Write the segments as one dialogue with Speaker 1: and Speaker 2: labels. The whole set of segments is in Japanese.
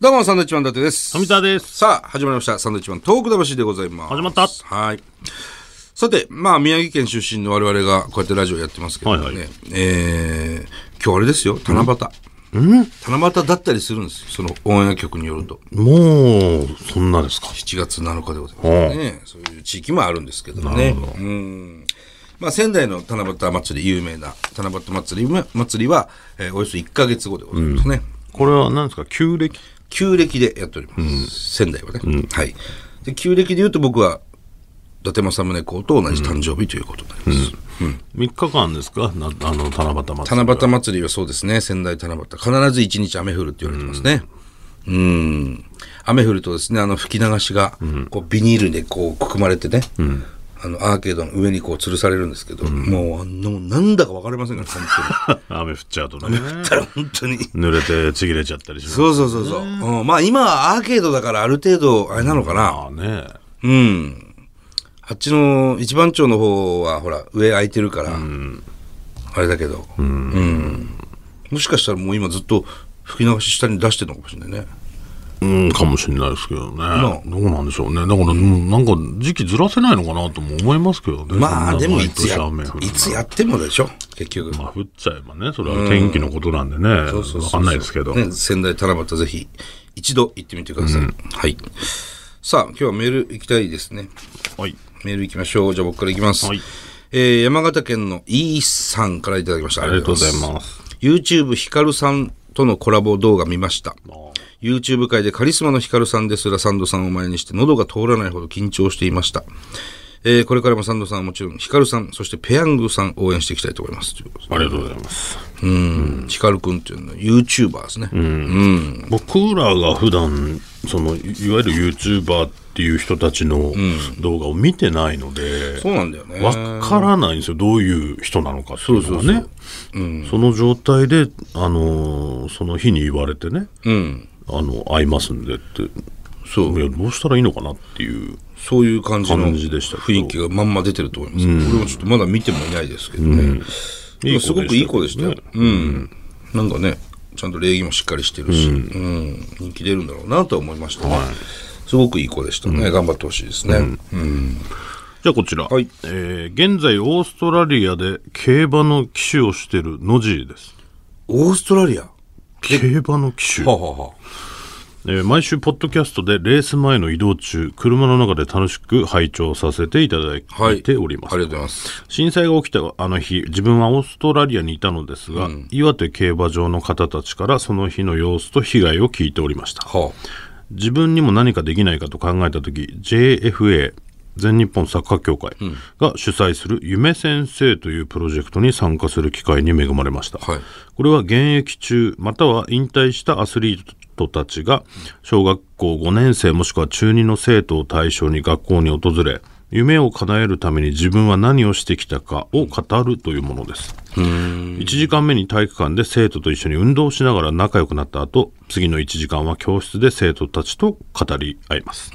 Speaker 1: どうも、サンドウィッチマン伊達です。
Speaker 2: 富澤です。
Speaker 1: さあ、始まりました。サンドウィッチマントーク魂でございます。
Speaker 2: 始まった
Speaker 1: はい。さて、まあ、宮城県出身の我々がこうやってラジオやってますけどね。
Speaker 2: はいはい
Speaker 1: えー、今日あれですよ、七夕。うん七夕だったりするんですよ。その応援曲によると。
Speaker 2: もう、そんなですか。
Speaker 1: 7月7日でございますね。そういう地域もあるんですけどね。うん。まあ、仙台の七夕祭り、有名な七夕祭り祭りは、えーおよそ1ヶ月後でございますね。
Speaker 2: これは何ですか旧暦
Speaker 1: 旧暦でやっております。仙台はね、はい。で、旧暦で言うと僕は、伊達政宗公と同じ誕生日ということになります。
Speaker 2: ?3 日間ですかなあの、七夕祭り。
Speaker 1: 七夕祭りはそうですね、仙台七夕。必ず一日雨降るって言われてますね。うん。雨降るとですね、あの吹き流しが、こうビニールでこうくくまれてね、あのアーケードの上にこう吊るされるんですけど、もうあの、なんだか分かりませんから、本当に。
Speaker 2: 雨降っちゃうとね。
Speaker 1: た ら本当に。
Speaker 2: 濡れてちぎれちゃったりします。
Speaker 1: そうそうそうそう。うん、まあ今はアーケードだからある程度、あれなのかな。
Speaker 2: ああね。
Speaker 1: うん。あっちの一番町の方は、ほら、上空いてるから、あれだけど、うんもしかしたらもう今ずっと吹き流し下に出してるのかもしれないね。
Speaker 2: うん、かもしれないですけどね。
Speaker 1: あ
Speaker 2: どうなんでしょうね。だから、うんなんか時期ずらせないのかなとも思いますけどね。
Speaker 1: ま
Speaker 2: そ
Speaker 1: あ、
Speaker 2: んな
Speaker 1: でも
Speaker 2: 毎
Speaker 1: いつ
Speaker 2: 年
Speaker 1: や
Speaker 2: 雨降、る
Speaker 1: いつやってもでしょ、結局。
Speaker 2: まあ、降っちゃえばね、それは天気のことなんでね。わ
Speaker 1: そうそうそうそう
Speaker 2: かんないですけど。
Speaker 1: ね、仙台七夕ぜひ、一度行ってみてください。はい。さあ、今日はメール行きたいですね。
Speaker 2: はい。
Speaker 1: メール行きましょう。じゃあ僕から行きます。
Speaker 2: はい
Speaker 1: えー山形県のイーさんからいただきました。あ
Speaker 2: ありがとうございます。
Speaker 1: YouTube ヒカルさんとのコラボ動画見ました。YouTube 界でカリスマのヒカルさんですらサンドさんを前にして喉が通らないほど緊張していました。えーこれからもサンドさんはもちろんヒカルさん、そしてペヤングさん応援していきたいと思います。ということで
Speaker 2: ありがとうございます。
Speaker 1: うん。ヒカルくんっていうのは YouTuber ですね。
Speaker 2: 僕らが普段そのいいわゆる YouTuber っていう人たちの動画を見てないので、
Speaker 1: そうなんだよね。
Speaker 2: わからないんですよどういう人なのかっていうのがねその状態で、あのーその日に言われてね、
Speaker 1: うん。
Speaker 2: あの会いますんでって
Speaker 1: そう
Speaker 2: い。やどうしたらいいのかなっていう
Speaker 1: そういう感じの
Speaker 2: 感じでしたけど
Speaker 1: 雰囲気がまんま出てると思います。俺もちょっとまだ見てもいないですけどね。でもすごくいい子でしたよ。うん。なんかね、ちゃんと礼儀もしっかりしてるし、うん人気出るんだろうなとは思いましたね。すごくいい子でしたね。頑張ってほしいですね。うん
Speaker 2: じゃあこちら、
Speaker 1: はい
Speaker 2: えー現在オーストラリアで競馬の騎手をしてるノジーです
Speaker 1: オーストラリアは
Speaker 2: 競馬の騎手
Speaker 1: あはあはあ
Speaker 2: えー毎週ポッドキャストでレース前の移動中車の中で楽しく拝聴させていただい
Speaker 1: はい。
Speaker 2: ております、
Speaker 1: ありがとうございます。
Speaker 2: 震災が起きたあの日自分はオーストラリアにいたのですが、岩手競馬場の方たちからその日の様子と被害を聞いておりました
Speaker 1: は
Speaker 2: 自分にも何かできないかと考えた時 JFA 全日本サッカー協会が主催する夢先生というプロジェクトに参加する機会に恵まれました、
Speaker 1: あ。はい。
Speaker 2: これは現役中または引退したアスリートたちが小学校5年生もしくは中2の生徒を対象に学校に訪れ夢を叶えるために自分は何をしてきたかを語るというものです1時間目に体育館で生徒と一緒に運動しながら仲良くなった後次の1時間は教室で生徒たちと語り合います、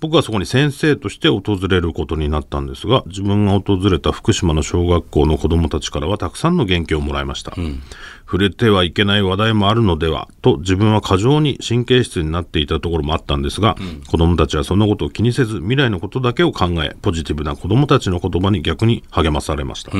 Speaker 2: 僕はそこに先生として訪れることになったんですが自分が訪れた福島の小学校の子どもたちからはたくさんの元気をもらいました、触れてはいけない話題もあるのではと自分は過剰に神経質になっていたところもあったんですが、子どもたちはそんなことを気にせず未来のことだけを考えポジティブな子どもたちの言葉に逆に励まされました、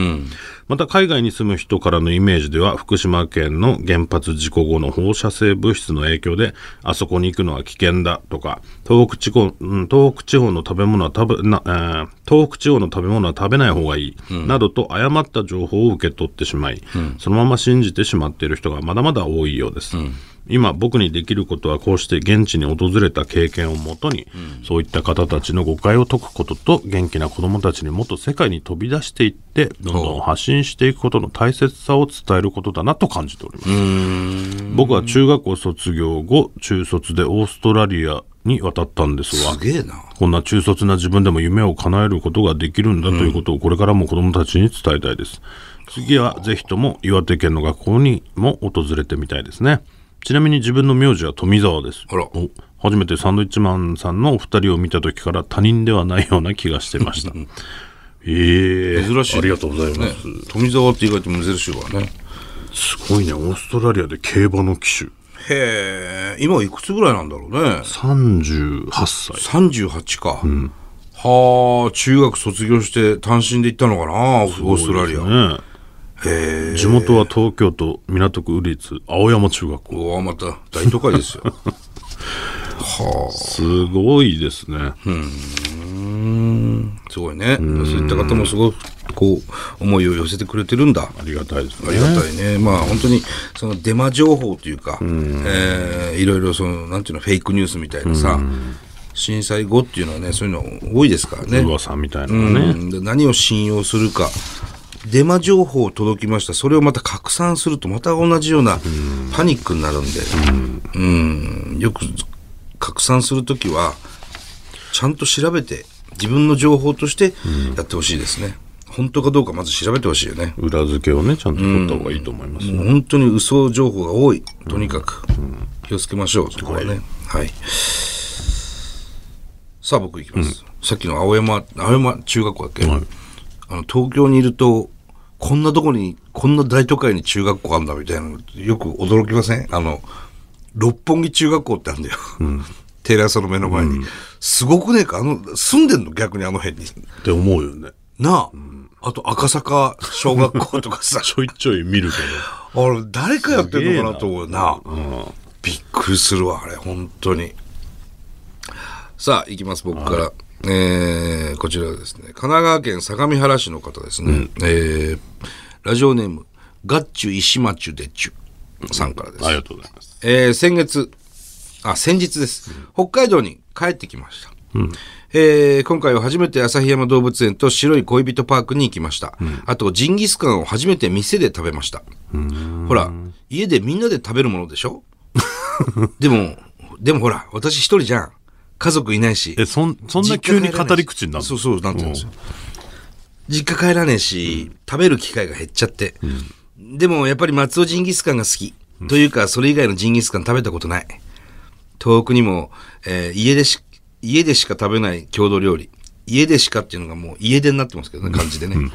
Speaker 2: また海外に住む人からのイメージでは福島県の原発事故後の放射性物質の影響であそこに行くのは危険だとか東北地方,、うん、東北地方の食べ物は食べな、えー東北地方の食べ物は食べない方がいい、などと誤った情報を受け取ってしまい、そのまま信じてしまっている人がまだまだ多いようです。今僕にできることはこうして現地に訪れた経験をもとに、そういった方たちの誤解を解くことと元気な子どもたちにもっと世界に飛び出していってどんどん発信していくことの大切さを伝えることだなと感じております。僕は中学校卒業後中卒でオーストラリアに渡ったんですが
Speaker 1: すげえな。
Speaker 2: こんな中卒な自分でも夢を叶えることができるんだということをこれからも子どもたちに伝えたいです。次はぜひとも岩手県の学校にも訪れてみたいですね。ちなみに自分の名字は富澤です。
Speaker 1: あら
Speaker 2: お初めてサンドイッチマンさんのお二人を見た時から他人ではないような気がしてま した。ええ
Speaker 1: 珍しい。
Speaker 2: ありがとうございます。
Speaker 1: ね富澤って意外と珍しいわね。
Speaker 2: すごいね。オーストラリアで競馬の騎手。
Speaker 1: へえ今いくつぐらいなんだろうね
Speaker 2: 38歳
Speaker 1: 38か、はあ中学卒業して単身で行ったのかなオーストラリア、
Speaker 2: ね
Speaker 1: へえ
Speaker 2: 地元は東京都港区立青山中学校
Speaker 1: うわまた大都会 ですよはあ
Speaker 2: すごいですね、
Speaker 1: すごいねそういった方もすごくこう思いを寄せてくれてるんだ
Speaker 2: ありがたいですね
Speaker 1: ありがたいね。まあ本当にそのデマ情報というか、えーいろいろその、なんていうの、フェイクニュースみたいなさ、震災後っていうのはね、そういうの多いですからね。
Speaker 2: 噂みたいなのがね、
Speaker 1: うんで何を信用するか。デマ情報届きました。それをまた拡散すると、また同じようなパニックになるんで、うんよく拡散するときは、ちゃんと調べて、自分の情報としてやってほしいですね。本当かどうかまず調べてほしいよね。
Speaker 2: 裏付けをねちゃんと取った方がいいと思います、
Speaker 1: もう本当に嘘情報が多い、とにかく、気をつけましょう、そこはね。はい。さあ、僕いきます。さっきの青山、青山中学校だっけ、
Speaker 2: はい
Speaker 1: あの東京にいると、こんなとこに、こんな大都会に中学校あんだみたいなの、よく驚きませんあの、六本木中学校ってあるんだよ。テレ朝の目の前に。すごくねえかあの、住んでんの逆にあの辺に。
Speaker 2: って思うよね
Speaker 1: なあ。あと赤坂小学校とかさ、
Speaker 2: ちょいちょい見るけ
Speaker 1: あれ、誰かやってるのかなと思うな。
Speaker 2: ど、うん、
Speaker 1: びっくりするわ、あれ、本当に。さあ、行きます、僕から。えーこちらですね。神奈川県相模原市の方ですね。えーラジオネーム、ガッチュ石町でっちゅさんからです。
Speaker 2: ありがとうございます
Speaker 1: えー先月、あ、先日です。北海道に帰ってきました。えー今回は初めて旭山動物園と白い恋人パークに行きました。あと、ジンギスカンを初めて店で食べました。ほら、家でみんなで食べるものでしょ でも、でもほら、私一人じゃん。家族いないし。
Speaker 2: えそんそんな急に語り口になる
Speaker 1: そうそう、なんて言うんですよ。実家帰らねえし、食べる機会が減っちゃって。でもやっぱり松尾ジンギスカンが好き。というか、それ以外のジンギスカン食べたことない。遠くにも、えー家でし、家でしか食べない郷土料理。家でしかっていうのがもう家出になってますけどね、感じでね。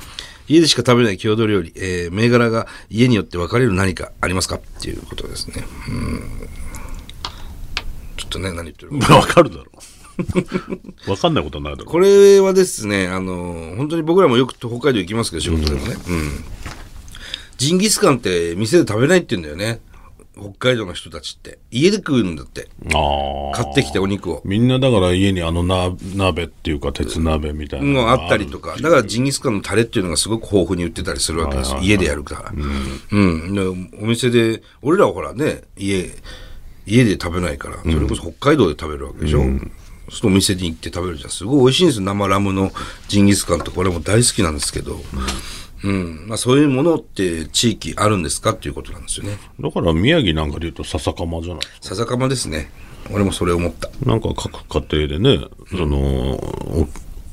Speaker 1: 家でしか食べない郷土料理、えー銘柄が家によって分かれる何かありますかっていうことですね。うんちょっとね、何言ってるか
Speaker 2: わかるだろ うわかんないことはないだろ
Speaker 1: これはですね、あの、本当に僕らもよく北海道行きますけど、仕事でもね。うん。ジンギスカンって店で食べないって言うんだよね。北海道の人たちって。家で食うんだって。
Speaker 2: うああ
Speaker 1: 買ってきてお肉を。
Speaker 2: みんなだから家にあのな鍋っていうか鉄鍋みたいな
Speaker 1: の
Speaker 2: の
Speaker 1: が
Speaker 2: が
Speaker 1: あったりとか。だからジンギスカンのタレっていうのがすごく豊富に売ってたりするわけですよ。家でやるから。うん。でお店で、俺らはほらね、家、家で食べないから、それこそ北海道で食べるわけでしょ。そうするとお店に行って食べるじゃん。すごい美味しいんですよ。生ラムのジンギスカンとか。俺も大好きなんですけど。うん。まあそういうものって地域あるんですかっていうことなんですよね。
Speaker 2: だから宮城なんかで言うと笹かまじゃない
Speaker 1: 笹かまですね。俺もそれ思った。
Speaker 2: なんか各家庭でねそのお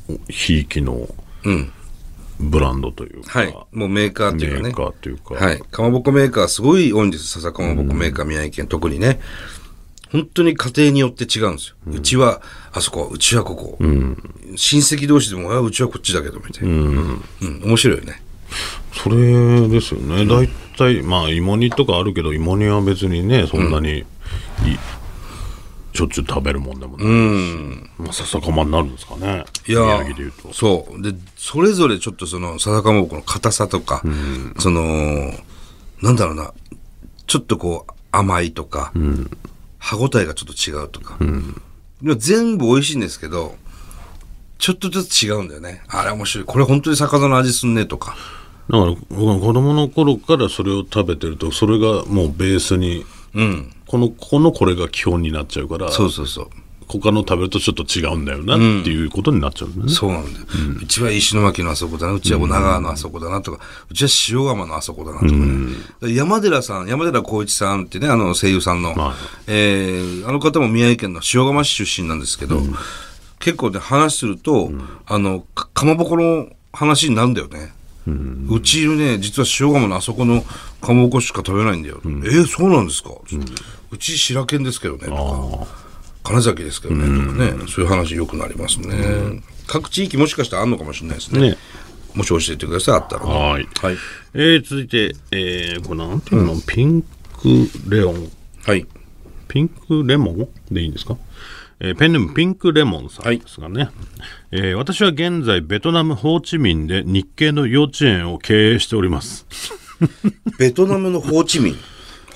Speaker 2: おひいきの
Speaker 1: うん。
Speaker 2: ブランドというか、
Speaker 1: はい。もうメーカーって
Speaker 2: メ
Speaker 1: いうかね。
Speaker 2: ーカーというか、
Speaker 1: はい。かまぼこメーカーすごい多いんです。笹かまぼこメーカー、宮城県、特にね。本当に家庭によって違うんですよ。うちは、あそこ、うちはここ。親戚同士でも、あうちはこっちだけど、みたいな。うん。面白いよね。
Speaker 2: それですよね大体、まあ芋煮とかあるけど芋煮は別にねそんなにい、しょっちゅう食べるもんでもないし、まあ、笹かまになるんですかね
Speaker 1: いや
Speaker 2: 宮城で言うと
Speaker 1: ーそう。で、それぞれちょっとその、笹かまぼこの硬さとか、その、なんだろうな、ちょっとこう、甘いとか、歯ごたえがちょっと違うとか。でも全部美味しいんですけど、ちょっとずつ違うんだよね。あれ面白い。これ本当に魚の味すんねとか。
Speaker 2: だから僕は子供の頃からそれを食べてるとそれがもうベースに
Speaker 1: うん。
Speaker 2: このこのこれが基本になっちゃうから
Speaker 1: そうそうそう。
Speaker 2: 他の食べるとちょっと違うんだよなっていうことになっちゃうんだよね、
Speaker 1: そうなんだよ。うちは石巻のあそこだな、うちは女川のあそこだなとか、うちは塩釜のあそこだなとかね。山寺さん、山寺宏一さんってね、あの声優さんの、
Speaker 2: はい
Speaker 1: えーあの方も宮城県の塩釜市出身なんですけど、結構ね、話すると、あの、かかまぼこの話になるんだよね。うちね、実は塩釜のあそこのかまぼこしか食べないんだよ。えーそうなんですか、うち白犬ですけどね、とか。金崎ですけどね、とかね、そういう話よくなりますね。各地域もしかしたらあんのかもしれないですね。
Speaker 2: ね
Speaker 1: もし教えてください、あったら。
Speaker 2: はーい、
Speaker 1: はい。
Speaker 2: えー続いて、えーこれなんていうの、ピンクレオン
Speaker 1: はい。
Speaker 2: ピンクレモンでいいんですか、えーペンネームピンクレモンさんですがね、えー私は現在ベトナムホーチミンで日系の幼稚園を経営しております
Speaker 1: ベトナムのホーチミ ン。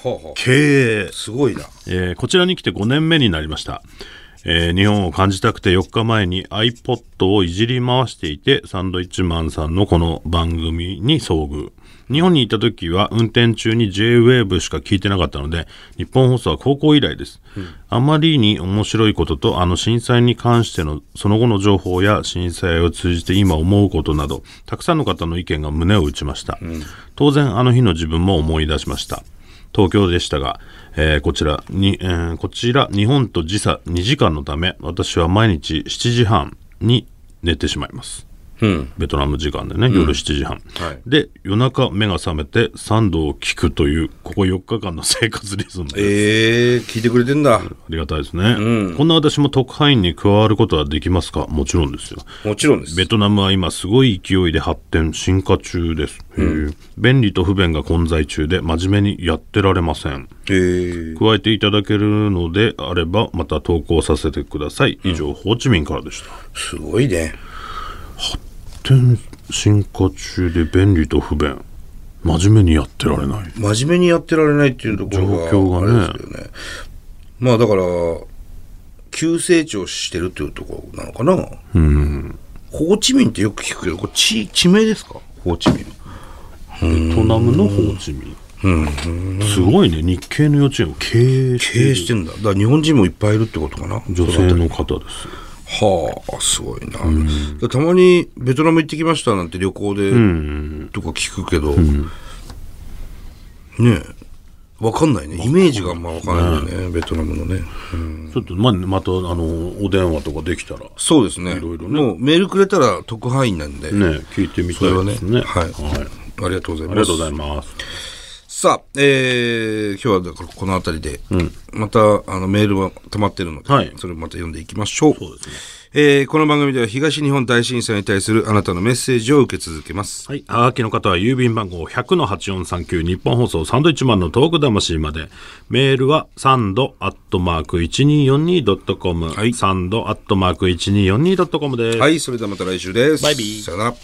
Speaker 1: ほうほう
Speaker 2: 経営
Speaker 1: すごいな。
Speaker 2: えーこちらに来て5年目になりました、えー日本を感じたくて4日前に iPod をいじり回していてサンドイッチマンさんのこの番組に遭遇日本にいた時は運転中に JWAVE しか聞いてなかったので日本放送は高校以来です、あまりに面白いこととあの震災に関してのその後の情報や震災を通じて今思うことなどたくさんの方の意見が胸を打ちました、当然あの日の自分も思い出しました東京でしたが、えーこちらに、えーこちら日本と時差2時間のため私は毎日7時半に寝てしまいます
Speaker 1: うん。
Speaker 2: ベトナム時間でね、夜7時半、
Speaker 1: はい
Speaker 2: で夜中目が覚めてサンドを聞くというここ4日間の生活リズムです
Speaker 1: ええ聞いてくれてんだ。
Speaker 2: ありがたいですね、こんな私も特派員に加わることはできますかもちろんですよ
Speaker 1: もちろんです。
Speaker 2: ベトナムは今すごい勢いで発展進化中です、へえ便利と不便が混在中で真面目にやってられません
Speaker 1: えー
Speaker 2: 加えていただけるのであればまた投稿させてください以上、ホーチミンからでした
Speaker 1: すごいね。
Speaker 2: 天進化中で便利と不便真面目にやってられない
Speaker 1: 真面目にやってられないっていうとこ
Speaker 2: 状
Speaker 1: ろ
Speaker 2: 況
Speaker 1: が、
Speaker 2: がね
Speaker 1: あれですよね。まあだから、急成長してるっていうところなのかな。ホーチミンってよく聞くけど、これ地地名ですかホーチミン。
Speaker 2: ベトナムのホーチミンすごいね日系の幼稚園を経営してい
Speaker 1: 経営
Speaker 2: る
Speaker 1: してんだ。だから日本人もいっぱいいるってことかな。
Speaker 2: 女性の方です
Speaker 1: はあ、すごいな。だたまにベトナム行ってきましたなんて旅行でとか聞くけど、ねえ、わかんないね。イメージがあんまわかんないよね、ベトナムのね。うん
Speaker 2: ちょっとままたあのお電話とかできたら
Speaker 1: そうですね。
Speaker 2: いろね
Speaker 1: もうメールくれたら特派員なんで、
Speaker 2: ね聞いてみ
Speaker 1: そ
Speaker 2: た
Speaker 1: れはいね
Speaker 2: ですね
Speaker 1: はい、
Speaker 2: はい、
Speaker 1: ありがとうございます。
Speaker 2: ありがとうございます
Speaker 1: さあ、えー、今日はだからこの辺りで、またあのメールは溜まってるので、
Speaker 2: はい
Speaker 1: それをまた読んでいきましょう。
Speaker 2: そうですね
Speaker 1: えーこの番組では東日本大震災に対するあなたのメッセージを受け続けます。
Speaker 2: はい。はがきの方は郵便番号100-8439日本放送サンドイッチマンのトーク魂まで。メールはサンドアットマーク 1242.com。
Speaker 1: い
Speaker 2: サンドアットマーク 1242.com です。
Speaker 1: はい、それではまた来週です。
Speaker 2: バイビー
Speaker 1: さよなら。